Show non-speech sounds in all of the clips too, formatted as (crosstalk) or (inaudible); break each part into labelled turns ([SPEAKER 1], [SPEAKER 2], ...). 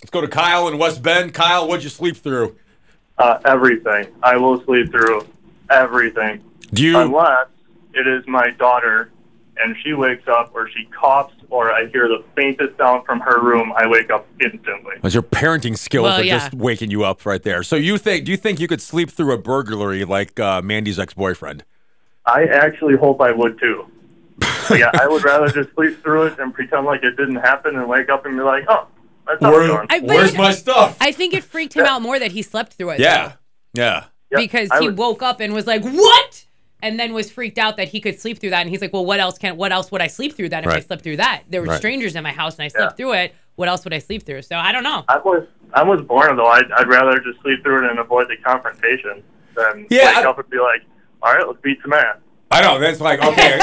[SPEAKER 1] Let's go to Kyle in West Bend. Kyle, what'd you sleep through?
[SPEAKER 2] Uh, everything. I will sleep through everything.
[SPEAKER 1] Do you?
[SPEAKER 2] Unless it is my daughter and she wakes up or she coughs or I hear the faintest sound from her room, I wake up instantly.
[SPEAKER 1] Because your parenting skills
[SPEAKER 3] Well,
[SPEAKER 1] are
[SPEAKER 3] yeah.
[SPEAKER 1] just waking you up right there. So you think? Do you think you could sleep through a burglary like uh, Mandy's ex-boyfriend?
[SPEAKER 2] I actually hope I would
[SPEAKER 1] (laughs)
[SPEAKER 2] too. But yeah, I would rather just sleep through it and pretend like it didn't happen and wake up and be like, oh, that's how it's
[SPEAKER 1] Where-
[SPEAKER 2] going.
[SPEAKER 3] I- but
[SPEAKER 1] where's
[SPEAKER 3] it-
[SPEAKER 1] my stuff?
[SPEAKER 3] I think it freaked him out more that he slept through it.
[SPEAKER 1] yeah, yeah.
[SPEAKER 2] Yep,
[SPEAKER 3] because
[SPEAKER 2] I
[SPEAKER 3] he
[SPEAKER 2] would-
[SPEAKER 3] woke up and was like, "What?" and then was freaked out that he could sleep through that. And he's like, "Well, what else can? What else would I sleep through that if I
[SPEAKER 1] Right.
[SPEAKER 3] slept through that? There were
[SPEAKER 1] Right.
[SPEAKER 3] strangers in my house and I slept
[SPEAKER 2] Yeah.
[SPEAKER 3] through it. What else would I sleep through? So I don't know. (laughs)
[SPEAKER 2] I was I was born though. I'd, I'd rather just sleep through it and avoid the confrontation than
[SPEAKER 1] Yeah,
[SPEAKER 2] wake
[SPEAKER 1] I-
[SPEAKER 2] up and be like, all right, let's beat some ass.
[SPEAKER 1] I know. That's like okay.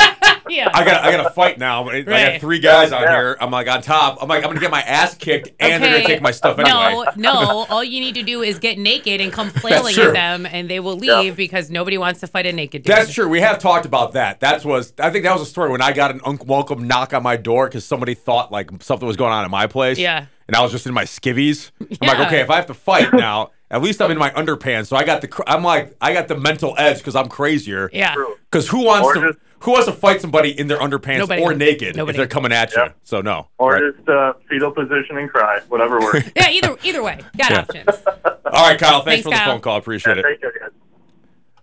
[SPEAKER 3] yeah,
[SPEAKER 1] I got I got to fight now. I got
[SPEAKER 3] Right.
[SPEAKER 1] three guys out
[SPEAKER 2] Yeah.
[SPEAKER 1] here. I'm like on top. I'm like I'm gonna get my ass kicked, and they're
[SPEAKER 3] Okay.
[SPEAKER 1] gonna take my stuff anyway. (laughs)
[SPEAKER 3] No, no. All you need to do is get naked and come flailing
[SPEAKER 1] true.
[SPEAKER 3] at them, and they will leave because nobody wants to fight a naked dude.
[SPEAKER 1] That's true. We have talked about that. That was I think that was a story when I got an unwelcome knock on my door because somebody thought like something was going on at my place.
[SPEAKER 3] Yeah.
[SPEAKER 1] And I was just in my skivvies. I'm
[SPEAKER 3] Yeah.
[SPEAKER 1] like, okay, if I have to fight now, at least I'm in my underpants. So I got the cr- I'm like I got the mental edge because I'm crazier.
[SPEAKER 3] Yeah.
[SPEAKER 2] True.
[SPEAKER 1] Because who wants
[SPEAKER 2] Or
[SPEAKER 1] to
[SPEAKER 2] just-
[SPEAKER 1] who wants to fight somebody in their underpants
[SPEAKER 3] Nobody.
[SPEAKER 1] or naked
[SPEAKER 3] Nobody.
[SPEAKER 1] if they're coming at you?
[SPEAKER 2] Yeah.
[SPEAKER 1] So no.
[SPEAKER 2] Or
[SPEAKER 1] Right.
[SPEAKER 2] just uh, fetal position and cry,
[SPEAKER 1] (laughs)
[SPEAKER 2] whatever works.
[SPEAKER 3] Yeah. Either either way, got
[SPEAKER 1] Yeah.
[SPEAKER 3] options.
[SPEAKER 1] All right, Kyle. Thanks,
[SPEAKER 3] Thanks,
[SPEAKER 1] for the
[SPEAKER 3] Kyle.
[SPEAKER 1] phone call. Appreciate
[SPEAKER 2] yeah,
[SPEAKER 1] it.
[SPEAKER 2] take care, guys.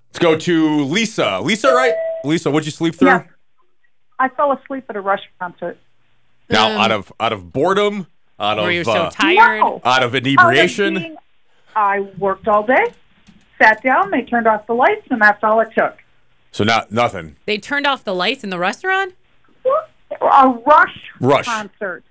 [SPEAKER 1] Let's go to Lisa. Lisa, right? Lisa, what'd you sleep through?
[SPEAKER 4] Yes. I fell asleep at a Rush concert.
[SPEAKER 1] Now,
[SPEAKER 3] Um,
[SPEAKER 1] out of out of boredom, out
[SPEAKER 3] Where
[SPEAKER 1] of
[SPEAKER 3] you're so
[SPEAKER 1] uh,
[SPEAKER 3] tired.
[SPEAKER 4] No.
[SPEAKER 1] out of
[SPEAKER 4] I was
[SPEAKER 1] inebriation.
[SPEAKER 4] being- I worked all day, sat down, they turned off the lights, and that's all it took.
[SPEAKER 1] So not nothing.
[SPEAKER 3] They turned off the lights in the restaurant.
[SPEAKER 4] A Rush,
[SPEAKER 1] Rush.
[SPEAKER 4] concert.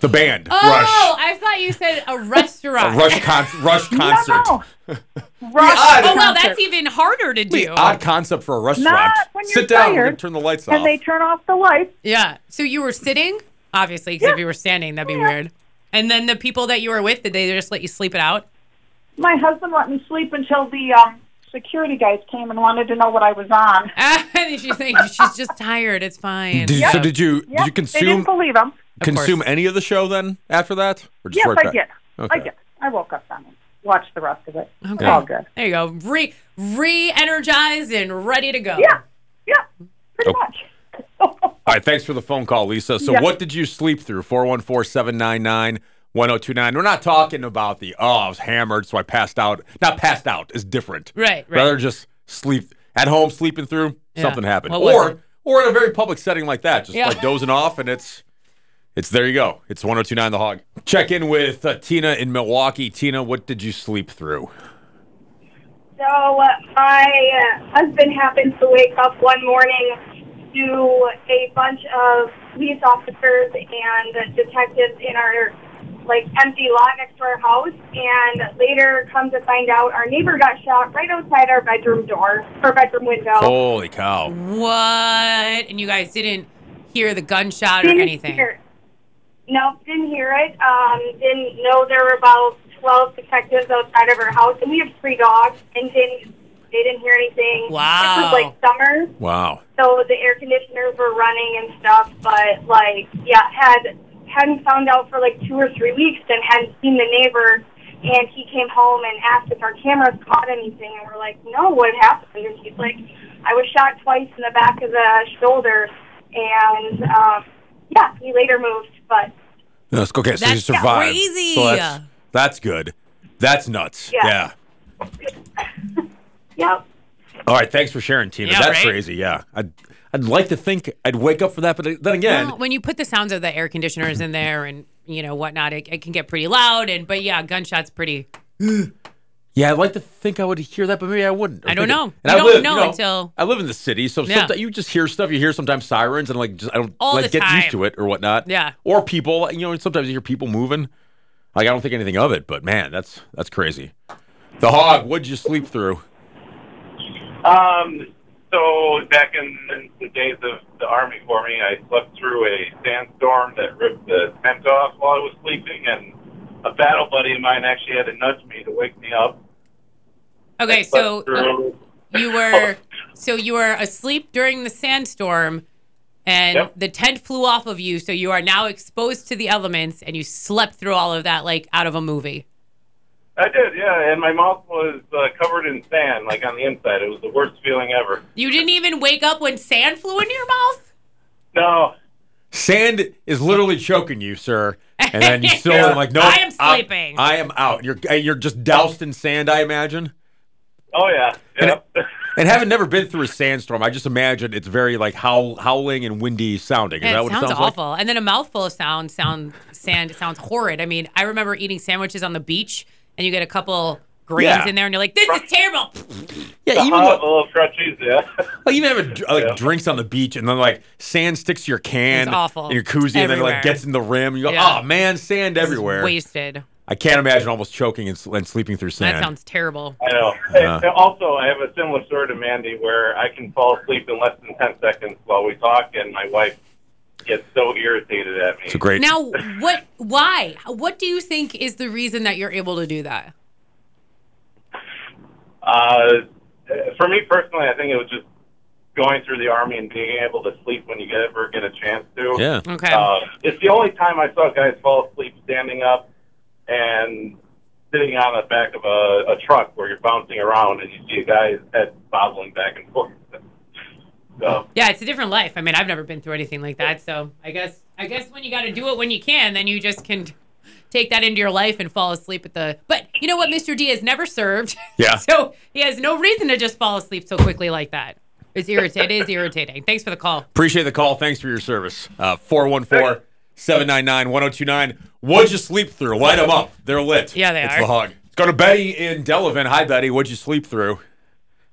[SPEAKER 1] The band
[SPEAKER 3] Oh, I thought you said a restaurant.
[SPEAKER 1] Rush, Rush con- Rush concert. (laughs)
[SPEAKER 4] No, no. Rush
[SPEAKER 1] odd.
[SPEAKER 3] Oh,
[SPEAKER 4] concert.
[SPEAKER 3] well, that's even harder to do.
[SPEAKER 1] Odd concept for a restaurant.
[SPEAKER 4] Not when you're
[SPEAKER 1] Sit down we're
[SPEAKER 4] tired,
[SPEAKER 1] gonna turn the lights off.
[SPEAKER 4] And they turn off the lights.
[SPEAKER 3] Yeah. So you were sitting, obviously, because if you were standing, that'd be weird. And then the people that you were with, did they just let you sleep it out? (laughs)
[SPEAKER 4] My husband let me sleep until the um, security guys came and wanted to know what I was on.
[SPEAKER 3] and then she's saying, she's just tired. It's fine.
[SPEAKER 1] Did you, So did you
[SPEAKER 4] Yep,
[SPEAKER 1] did you
[SPEAKER 4] They didn't
[SPEAKER 1] consume
[SPEAKER 4] believe him.
[SPEAKER 3] course.
[SPEAKER 1] consume any of the show then after that? Or just
[SPEAKER 4] Yes,
[SPEAKER 1] work
[SPEAKER 4] I
[SPEAKER 1] back?
[SPEAKER 4] did.
[SPEAKER 1] Okay.
[SPEAKER 4] I did. I woke up then and watched the rest of it. It's
[SPEAKER 3] Okay.
[SPEAKER 4] All good.
[SPEAKER 3] There you go. Re re energized and ready to go.
[SPEAKER 4] Yeah. Yeah. Pretty much. (laughs)
[SPEAKER 1] All right, thanks for the phone call, Lisa. So
[SPEAKER 4] Yeah.
[SPEAKER 1] what did you sleep through? 414-799-1029. We're not talking about the oh, I was hammered, so I passed out. Not passed out is different.
[SPEAKER 3] Right, right.
[SPEAKER 1] Rather just sleep at home sleeping through,
[SPEAKER 3] Yeah.
[SPEAKER 1] something happened.
[SPEAKER 3] What was it?
[SPEAKER 1] or or in a very public setting like that, just
[SPEAKER 3] Yeah.
[SPEAKER 1] like dozing off and it's it's there you go. It's 1029 the hog. Check in with uh, Tina in Milwaukee. Tina, what did you sleep through?
[SPEAKER 5] So uh, my uh, husband happened to wake up one morning to a bunch of police officers and detectives in our like empty lot next to our house, and later come to find out our neighbor got shot right outside our bedroom door, our bedroom window.
[SPEAKER 3] Oh,
[SPEAKER 1] Holy cow.
[SPEAKER 3] What? And you guys didn't hear the gunshot or
[SPEAKER 5] Didn't
[SPEAKER 3] anything.
[SPEAKER 5] Hear. Nope, didn't hear it. Um, didn't know there were about twelve detectives outside of our house, and we have three dogs, and didn't they didn't hear anything.
[SPEAKER 3] Wow.
[SPEAKER 5] It was like summer.
[SPEAKER 1] Wow.
[SPEAKER 5] so the air conditioners were running and stuff but like yeah had hadn't found out for like two or three weeks and hadn't seen the neighbor and he came home and asked if our cameras caught anything and we're like no what happened and he's like i was shot twice in the back of the shoulder and um yeah he later moved but
[SPEAKER 1] No, it's- okay, so you
[SPEAKER 3] That's
[SPEAKER 1] survived.
[SPEAKER 3] crazy.
[SPEAKER 1] So that's, that's good. That's nuts. yeah.
[SPEAKER 5] Yeah. yep
[SPEAKER 1] All right, thanks for sharing, Tina.
[SPEAKER 3] Yeah,
[SPEAKER 1] That's
[SPEAKER 3] right?
[SPEAKER 1] crazy. Yeah, I'd I'd like to think I'd wake up for that, but then again,
[SPEAKER 3] Well, when you put the sounds of the air conditioners in there and you know whatnot, it, it can get pretty loud. And but yeah, gunshots pretty.
[SPEAKER 1] yeah, I'd like to think I would hear that, but maybe I wouldn't. or
[SPEAKER 3] I don't
[SPEAKER 1] think it-
[SPEAKER 3] know.
[SPEAKER 1] And
[SPEAKER 3] You
[SPEAKER 1] I
[SPEAKER 3] don't
[SPEAKER 1] live,
[SPEAKER 3] know
[SPEAKER 1] you know
[SPEAKER 3] until-
[SPEAKER 1] I live in the city, so
[SPEAKER 3] Yeah.
[SPEAKER 1] sometimes you just hear stuff. You hear sometimes sirens, and like just I don't
[SPEAKER 3] All
[SPEAKER 1] like
[SPEAKER 3] the
[SPEAKER 1] get used
[SPEAKER 3] time.
[SPEAKER 1] to it or whatnot.
[SPEAKER 3] Yeah.
[SPEAKER 1] or people. You know, sometimes you hear people moving. Like I don't think anything of it, but man, that's that's crazy. The hog. What'd you sleep through?
[SPEAKER 6] Um, so back in the days of the army for me, I slept through a sandstorm that ripped the tent off while I was sleeping, and a battle buddy of mine actually had to nudge me to wake me up.
[SPEAKER 3] Okay, so
[SPEAKER 1] uh,
[SPEAKER 6] Slept through-
[SPEAKER 1] oh.
[SPEAKER 3] you were so you were asleep during the sandstorm and
[SPEAKER 2] Yep.
[SPEAKER 3] the tent flew off of you, so you are now exposed to the elements, and you slept through all of that like out of a movie.
[SPEAKER 2] I did, yeah, and my mouth was uh, covered in sand, like on the inside. It was the worst feeling ever.
[SPEAKER 3] You didn't even wake up when sand flew into your mouth.
[SPEAKER 2] No,
[SPEAKER 1] Sand is literally choking you, sir. And then you
[SPEAKER 3] (laughs)
[SPEAKER 1] still
[SPEAKER 2] Yeah.
[SPEAKER 1] I'm like, no,
[SPEAKER 3] I am
[SPEAKER 1] I'm-
[SPEAKER 3] sleeping.
[SPEAKER 1] I am out. You're uh, you're just doused in sand, I imagine.
[SPEAKER 2] oh yeah,
[SPEAKER 1] And,
[SPEAKER 2] yeah.
[SPEAKER 1] and having never been through a sandstorm, I just imagine it's very like howl, howling and windy sounding. Is
[SPEAKER 3] And
[SPEAKER 1] that
[SPEAKER 3] it
[SPEAKER 1] what
[SPEAKER 3] sounds
[SPEAKER 1] it sounds like?
[SPEAKER 3] awful. And then a mouthful of sound, sound, sand it sounds horrid. I mean, I remember eating sandwiches on the beach, and you get a couple grains
[SPEAKER 1] Yeah.
[SPEAKER 3] in there, and you're like, "This is terrible."
[SPEAKER 1] Yeah, (laughs)
[SPEAKER 2] (laughs)
[SPEAKER 1] even
[SPEAKER 2] Uh,
[SPEAKER 1] like,
[SPEAKER 2] a little crutches, yeah. (laughs)
[SPEAKER 1] like, even having like
[SPEAKER 2] Yeah.
[SPEAKER 1] drinks on the beach and then like sand sticks to your can,
[SPEAKER 3] It's awful.
[SPEAKER 1] and your koozie, and then
[SPEAKER 3] Everywhere.
[SPEAKER 1] like gets in the rim. You go,
[SPEAKER 3] Yeah.
[SPEAKER 1] oh man, sand
[SPEAKER 3] This is
[SPEAKER 1] everywhere.
[SPEAKER 3] wasted.
[SPEAKER 1] I can't imagine almost choking and, sl- and sleeping through sand.
[SPEAKER 3] That sounds terrible.
[SPEAKER 2] I know.
[SPEAKER 1] Yeah.
[SPEAKER 2] And also, I have a similar story to Mandy where I can fall asleep in less than 10 seconds while we talk, and my wife gets so irritated at me.
[SPEAKER 1] it's a great.
[SPEAKER 3] Now, what? Why? What do you think is the reason that you're able to do that?
[SPEAKER 2] Uh, for me personally, I think it was just going through the Army and being able to sleep when you ever get a chance to.
[SPEAKER 1] yeah.
[SPEAKER 3] Okay.
[SPEAKER 2] Uh, it's the only time I saw guys fall asleep standing up and sitting on the back of a, a truck where you're bouncing around and you see a guy's head bobbling back and forth. So,
[SPEAKER 3] yeah, it's a different life. I mean, I've never been through anything like that, so I guess I guess when you got to do it when you can, then you just can take that into your life and fall asleep at the. But you know what, Mr. D has never served.
[SPEAKER 1] Yeah.
[SPEAKER 3] (laughs) So he has no reason to just fall asleep so quickly like that. It's irritating. it is irritating. Thanks for the call.
[SPEAKER 1] Appreciate the call. Thanks for your service. Uh, 414 799 1029. What'd you sleep through? Light them up. They're lit.
[SPEAKER 3] Yeah, they
[SPEAKER 1] it's
[SPEAKER 3] are.
[SPEAKER 1] the hug. Let's go to Betty in Delavan. Hi, Betty. What'd you sleep through?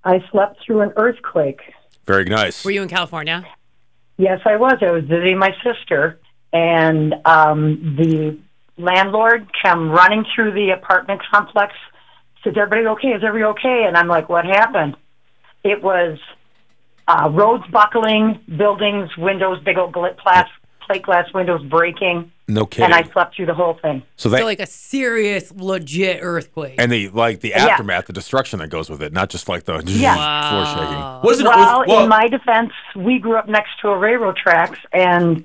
[SPEAKER 4] I slept through an earthquake.
[SPEAKER 1] Very nice.
[SPEAKER 3] Were you in California?
[SPEAKER 4] Yes, I was. I was visiting my sister, and um, the landlord came running through the apartment complex. Says, "Everybody okay? Is everybody okay?" And I'm like, "What happened?" It was uh, roads buckling, buildings, windows, big old gl- glass, plate glass windows breaking,
[SPEAKER 1] no
[SPEAKER 4] and
[SPEAKER 1] kidding.
[SPEAKER 4] I slept through the whole thing.
[SPEAKER 1] so they
[SPEAKER 3] So like a serious, legit earthquake.
[SPEAKER 1] and the like the aftermath, the destruction that goes with it, not just like the (laughs)
[SPEAKER 4] Yeah.
[SPEAKER 1] floor
[SPEAKER 3] Wow.
[SPEAKER 1] shaking. What is an
[SPEAKER 4] Well,
[SPEAKER 1] earth- well,
[SPEAKER 4] in my defense, we grew up next to a railroad tracks, and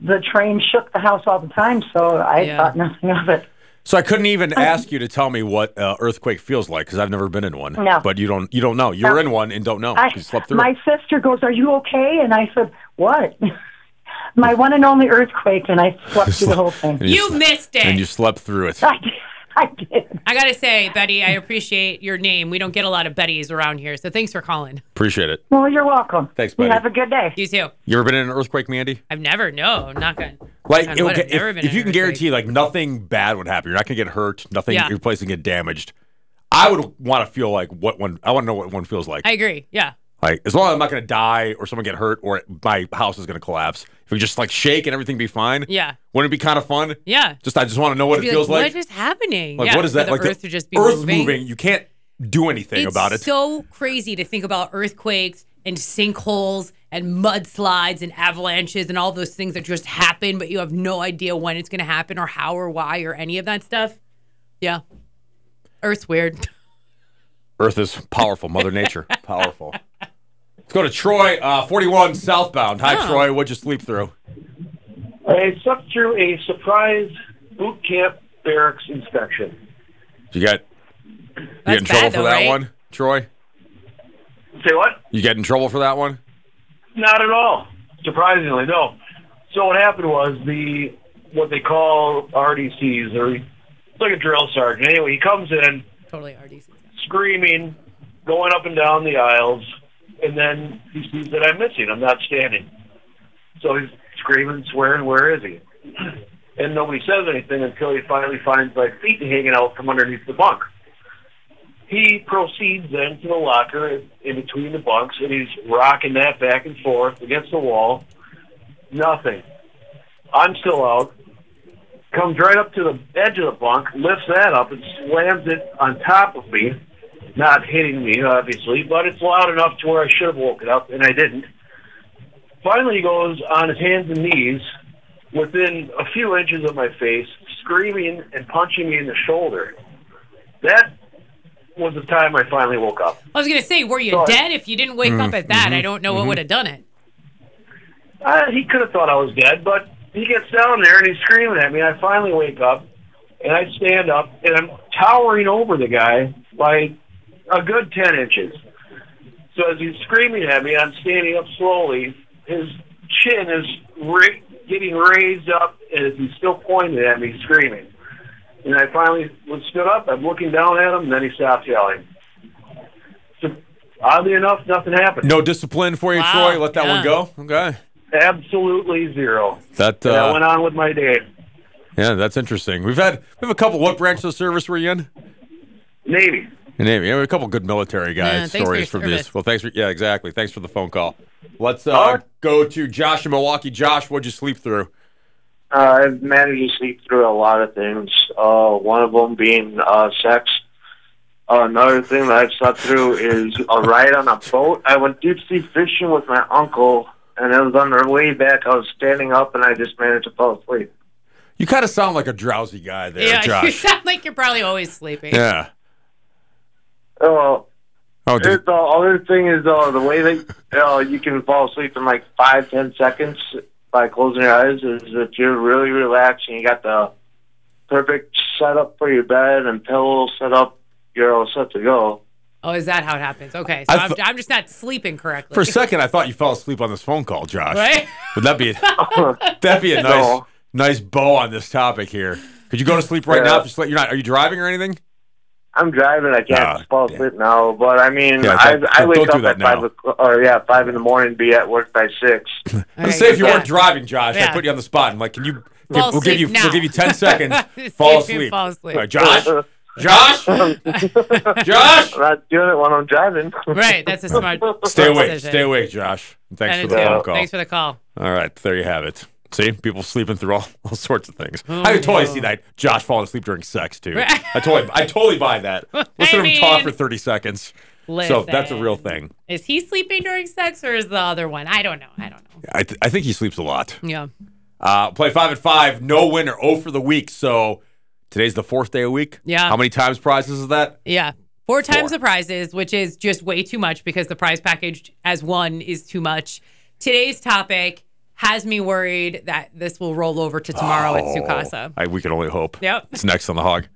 [SPEAKER 4] the train shook the house all the time, so I
[SPEAKER 3] Yeah.
[SPEAKER 4] thought nothing of it.
[SPEAKER 1] so I couldn't even
[SPEAKER 4] Oh.
[SPEAKER 1] ask you to tell me what uh, earthquake feels like because I've never been in one.
[SPEAKER 4] No.
[SPEAKER 1] But you don't you don't know. You were in one and don't know.
[SPEAKER 4] I,
[SPEAKER 1] you slept through.
[SPEAKER 4] my
[SPEAKER 1] it.
[SPEAKER 4] sister goes, "Are you okay?" And I said, "What?" (laughs) my one and only earthquake,
[SPEAKER 1] (laughs)
[SPEAKER 4] and I slept through the whole thing.
[SPEAKER 1] And
[SPEAKER 3] you
[SPEAKER 1] sl-
[SPEAKER 3] missed it.
[SPEAKER 1] and you slept through it.
[SPEAKER 4] I did. I did.
[SPEAKER 3] I gotta say, Betty, I appreciate your name. We don't get a lot of Bettys around here, so thanks for calling.
[SPEAKER 1] Appreciate it.
[SPEAKER 4] Well, you're welcome.
[SPEAKER 1] Thanks,
[SPEAKER 4] You
[SPEAKER 1] buddy.
[SPEAKER 4] have a good day.
[SPEAKER 3] You too.
[SPEAKER 1] You ever been in an earthquake, Mandy?
[SPEAKER 3] I've never. No, I'm not gonna.
[SPEAKER 1] Like,
[SPEAKER 3] God, what,
[SPEAKER 1] okay,
[SPEAKER 3] I've never
[SPEAKER 1] if,
[SPEAKER 3] been
[SPEAKER 1] if
[SPEAKER 3] in
[SPEAKER 1] you
[SPEAKER 3] an
[SPEAKER 1] can
[SPEAKER 3] earthquake.
[SPEAKER 1] guarantee, like, nothing bad would happen. You're not going to get hurt. Nothing,
[SPEAKER 3] Yeah.
[SPEAKER 1] your place is going to get damaged. I would want to feel like what one, I want to know what one feels like.
[SPEAKER 3] I agree. Yeah.
[SPEAKER 1] like, as long as I'm not going to die or someone get hurt or my house is going to collapse, if we just like shake and everything be fine,
[SPEAKER 3] Yeah.
[SPEAKER 1] wouldn't it be kind of fun?
[SPEAKER 3] Yeah.
[SPEAKER 1] Just, I just want to know what
[SPEAKER 3] Be
[SPEAKER 1] it feels like.
[SPEAKER 3] What is happening?
[SPEAKER 1] like,
[SPEAKER 3] yeah,
[SPEAKER 1] what is
[SPEAKER 3] for
[SPEAKER 1] that?
[SPEAKER 3] The
[SPEAKER 1] like,
[SPEAKER 3] earth
[SPEAKER 1] the
[SPEAKER 3] to just be
[SPEAKER 1] earth
[SPEAKER 3] moving.
[SPEAKER 1] You can't do anything
[SPEAKER 3] It's
[SPEAKER 1] about it.
[SPEAKER 3] so crazy to think about earthquakes and sinkholes and mudslides and avalanches and all those things that just happen, but you have no idea when it's going to happen or how or why or any of that stuff. Yeah. Earth's weird. (laughs)
[SPEAKER 1] Earth is powerful. Mother Nature, powerful. Let's go to Troy, uh, 41 southbound. Hi,
[SPEAKER 3] Oh.
[SPEAKER 1] Troy. What'd you sleep through?
[SPEAKER 6] I slept through a surprise boot camp barracks inspection.
[SPEAKER 1] Did you get You
[SPEAKER 3] That's
[SPEAKER 1] get in trouble
[SPEAKER 3] bad,
[SPEAKER 1] for
[SPEAKER 3] though,
[SPEAKER 1] that
[SPEAKER 3] right?
[SPEAKER 1] one, Troy?
[SPEAKER 6] Say what?
[SPEAKER 1] You get in trouble for that one?
[SPEAKER 6] Not at all. Surprisingly, no. So what happened was the what they call RDCs, or it's like a drill sergeant. Anyway, he comes in
[SPEAKER 3] Totally RDC.
[SPEAKER 6] screaming, going up and down the aisles, and then he sees that I'm missing. I'm not standing. So he's screaming, swearing, where is he? (clears throat) And nobody says anything until he finally finds my feet hanging out from underneath the bunk. He proceeds then to the locker in between the bunks, and he's rocking that back and forth against the wall. Nothing. I'm still out comes right up to the edge of the bunk, lifts that up, and slams it on top of me, not hitting me, obviously, but it's loud enough to where I should have woken up, and I didn't. Finally, he goes on his hands and knees within a few inches of my face, screaming and punching me in the shoulder. That was the time I finally woke up.
[SPEAKER 3] I was going to say, were you
[SPEAKER 6] Sorry.
[SPEAKER 1] Mm-hmm.
[SPEAKER 3] dead if you didn't wake up at that? I don't know what would have done it.
[SPEAKER 6] Uh, he could have thought I was dead, but he gets down there and he's screaming at me. I finally wake up and I stand up and I'm towering over the guy by a good 10 inches. So as he's screaming at me, I'm standing up slowly. His chin is ra- getting raised up and he's still pointed at me, screaming. And I finally was stood up. I'm looking down at him, and then he stopped yelling. So, oddly enough, nothing happened.
[SPEAKER 1] No discipline for you,
[SPEAKER 3] Wow,
[SPEAKER 1] Troy. Let that one
[SPEAKER 3] yeah.
[SPEAKER 1] go. Okay.
[SPEAKER 6] Absolutely zero.
[SPEAKER 1] That
[SPEAKER 6] And I
[SPEAKER 1] uh,
[SPEAKER 6] went on with my day.
[SPEAKER 1] yeah, that's interesting. We've had we have a couple. What branch of service were you in?
[SPEAKER 6] Navy.
[SPEAKER 1] In Navy. Yeah, we have a couple good military
[SPEAKER 3] Yeah,
[SPEAKER 1] guys
[SPEAKER 3] thanks for
[SPEAKER 1] stories
[SPEAKER 3] your
[SPEAKER 1] from this.
[SPEAKER 3] service.
[SPEAKER 1] Well, thanks for yeah, exactly. Thanks for the phone call. Let's uh,
[SPEAKER 7] Alright.
[SPEAKER 1] go to Josh in Milwaukee. Josh, what'd you sleep through?
[SPEAKER 7] Uh, I've managed to sleep through a lot of things. Uh, one of them being uh, sex. another thing that I've slept through is a ride on a boat. I went deep sea fishing with my uncle, and it was on our way back. I was standing up, and I just managed to fall asleep.
[SPEAKER 1] You kind of sound like a drowsy guy there,
[SPEAKER 3] yeah, (laughs) you
[SPEAKER 1] Josh.
[SPEAKER 3] sound like you're probably always sleeping.
[SPEAKER 1] yeah.
[SPEAKER 7] Oh,
[SPEAKER 1] Oh,
[SPEAKER 7] uh,
[SPEAKER 6] Er.
[SPEAKER 1] did,
[SPEAKER 7] the other thing is uh, the way that uh, you can fall asleep in like five, ten seconds by closing your eyes is if you're really relaxed and you got the perfect setup for your bed and pillow set up, you're all set to go.
[SPEAKER 3] Oh, is that how it happens? Okay, so
[SPEAKER 1] I
[SPEAKER 3] I'm,
[SPEAKER 1] thought-
[SPEAKER 3] I'm just not sleeping correctly.
[SPEAKER 1] for a second, I thought you fell asleep on this phone call, Josh.
[SPEAKER 3] (laughs) right?
[SPEAKER 1] Would
[SPEAKER 7] (laughs)
[SPEAKER 1] that be that be a nice
[SPEAKER 7] No.
[SPEAKER 1] nice bow on this topic here? Could you go to sleep right
[SPEAKER 7] Yeah.
[SPEAKER 1] now? If you're, sli- you're not. Are you driving or anything?
[SPEAKER 7] I'm driving. I can't
[SPEAKER 1] Ah,
[SPEAKER 7] fall
[SPEAKER 1] damn.
[SPEAKER 7] asleep now. But I mean,
[SPEAKER 1] Yeah,
[SPEAKER 7] I,
[SPEAKER 1] don't-
[SPEAKER 7] I
[SPEAKER 1] don't-
[SPEAKER 7] wake
[SPEAKER 1] don't do
[SPEAKER 7] up at
[SPEAKER 1] that
[SPEAKER 7] five
[SPEAKER 1] now.
[SPEAKER 7] o'clock, or yeah, five in the morning, be at work by six. (laughs)
[SPEAKER 1] (laughs) Let's
[SPEAKER 3] Okay,
[SPEAKER 1] say if you
[SPEAKER 3] yeah.
[SPEAKER 1] weren't driving, Josh, I
[SPEAKER 3] Yeah.
[SPEAKER 1] put you on the spot. I'm like, can you?
[SPEAKER 3] Fall
[SPEAKER 1] we'll give
[SPEAKER 3] asleep
[SPEAKER 1] you.
[SPEAKER 3] now.
[SPEAKER 1] We'll give you ten seconds.
[SPEAKER 3] See
[SPEAKER 1] fall
[SPEAKER 3] (laughs) if you
[SPEAKER 1] asleep.
[SPEAKER 3] fall asleep.
[SPEAKER 1] All
[SPEAKER 7] (laughs)
[SPEAKER 1] right, Josh. Josh. Josh.
[SPEAKER 7] I'm not doing it when I'm driving. (laughs)
[SPEAKER 3] Right, that's a smart.
[SPEAKER 1] (laughs) Stay awake.
[SPEAKER 3] Decision.
[SPEAKER 1] Stay awake, Josh. Thanks
[SPEAKER 3] And
[SPEAKER 1] for the
[SPEAKER 3] it's-
[SPEAKER 1] phone call.
[SPEAKER 3] Thanks for the call.
[SPEAKER 1] all right, there you have it. See, people sleeping through all, (laughs) all sorts of things.
[SPEAKER 3] Oh,
[SPEAKER 1] I could totally see that Josh falling asleep during sex
[SPEAKER 3] (laughs)
[SPEAKER 1] too.
[SPEAKER 3] Right.
[SPEAKER 1] I totally, I totally buy
[SPEAKER 3] (laughs)
[SPEAKER 1] that. Listen to him talk
[SPEAKER 3] mean-
[SPEAKER 1] for thirty seconds. So that's a real
[SPEAKER 3] Listen.
[SPEAKER 1] thing.
[SPEAKER 3] Is he sleeping during sex or is the other one? I don't know. I don't know.
[SPEAKER 1] I, th- I think he sleeps a lot.
[SPEAKER 3] Yeah.
[SPEAKER 1] Uh, play five and five, no winner, oh for the week. So today's the fourth day a week.
[SPEAKER 3] Yeah.
[SPEAKER 1] How many times prizes is that?
[SPEAKER 3] Yeah. Four times the prizes, which is just way too much because the prize package as one is too much. Today's topic has me worried that this will roll over to tomorrow at Sukasa.
[SPEAKER 1] Oh, I, we can only hope.
[SPEAKER 3] Yep.
[SPEAKER 1] It's next on the hog.